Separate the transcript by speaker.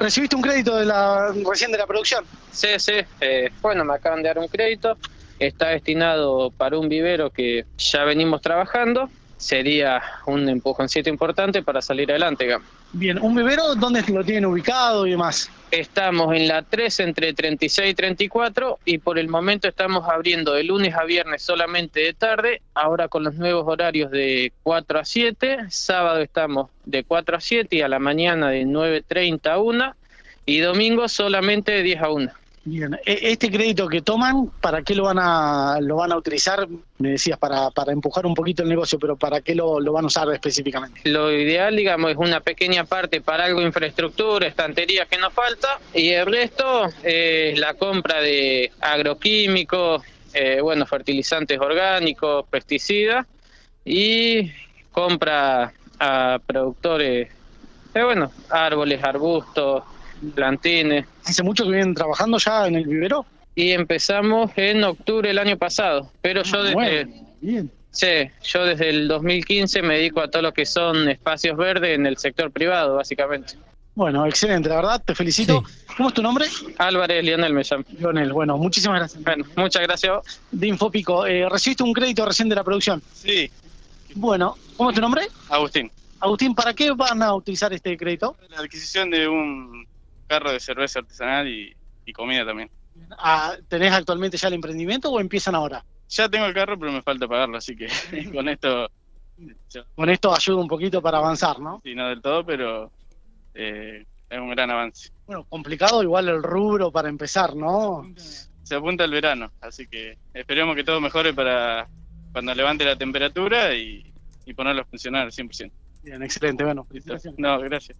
Speaker 1: ¿Recibiste un crédito de la, recién de la producción?
Speaker 2: Sí, sí. eh, bueno, me acaban de dar un crédito. Está destinado para un vivero que ya venimos trabajando. Sería un empujoncito importante para salir adelante. digamos.
Speaker 1: Bien, ¿un vivero dónde lo tienen ubicado y demás?
Speaker 2: Estamos en la 3 entre 36 y 34 y por el momento estamos abriendo de lunes a viernes solamente de tarde, ahora con los nuevos horarios de 4 a 7, sábado estamos de 4 a 7 y a la mañana de 9.30 a 1 y domingo solamente de 10 a 1.
Speaker 1: Bien, E- este crédito que toman, ¿para qué lo van a lo van a utilizar? Me decías para, para empujar un poquito el negocio, pero ¿para qué lo, lo van a usar específicamente?
Speaker 2: Lo ideal, digamos, es una pequeña parte para algo de infraestructura, estantería que nos falta, y el resto eh, es la compra de agroquímicos, eh, bueno, fertilizantes orgánicos, pesticidas, y compra a productores, eh, bueno, árboles, arbustos, plantines.
Speaker 1: ¿Hace mucho que vienen trabajando ya en el vivero?
Speaker 2: Y empezamos en octubre del año pasado, pero yo
Speaker 1: Eh,
Speaker 2: desde,
Speaker 1: Bueno, bien.
Speaker 2: Sí, yo desde el 2015 me dedico a todo lo que son espacios verdes en el sector privado, básicamente.
Speaker 1: Bueno, excelente, la verdad, te felicito. ¿Cómo es tu nombre?
Speaker 2: Álvarez Lionel me llama.
Speaker 1: Lionel, bueno, muchísimas gracias.
Speaker 2: Bueno, muchas gracias. a vos.
Speaker 1: De Infopico, eh, recibiste un crédito recién de la producción.
Speaker 3: Sí,
Speaker 1: Bueno, ¿cómo es tu nombre?
Speaker 3: Agustín.
Speaker 1: Agustín, ¿para qué van a utilizar este crédito?
Speaker 3: La adquisición de un carro de cerveza artesanal y, y comida también.
Speaker 1: Ah, ¿Tenés actualmente ya el emprendimiento o empiezan ahora?
Speaker 3: Ya tengo el carro, pero me falta pagarlo, así que con esto, ya,
Speaker 1: Con esto ayuda un poquito para avanzar, ¿no?
Speaker 3: sí, no del todo, pero eh, es un gran avance.
Speaker 1: Bueno, complicado igual el rubro para empezar, ¿no?
Speaker 3: Se apunta el verano, así que esperemos que todo mejore para cuando levante la temperatura y, y ponerlo a funcionar al 100%.
Speaker 1: Bien, excelente, bueno,
Speaker 3: ¿Listo?
Speaker 1: felicitaciones.
Speaker 3: No, gracias.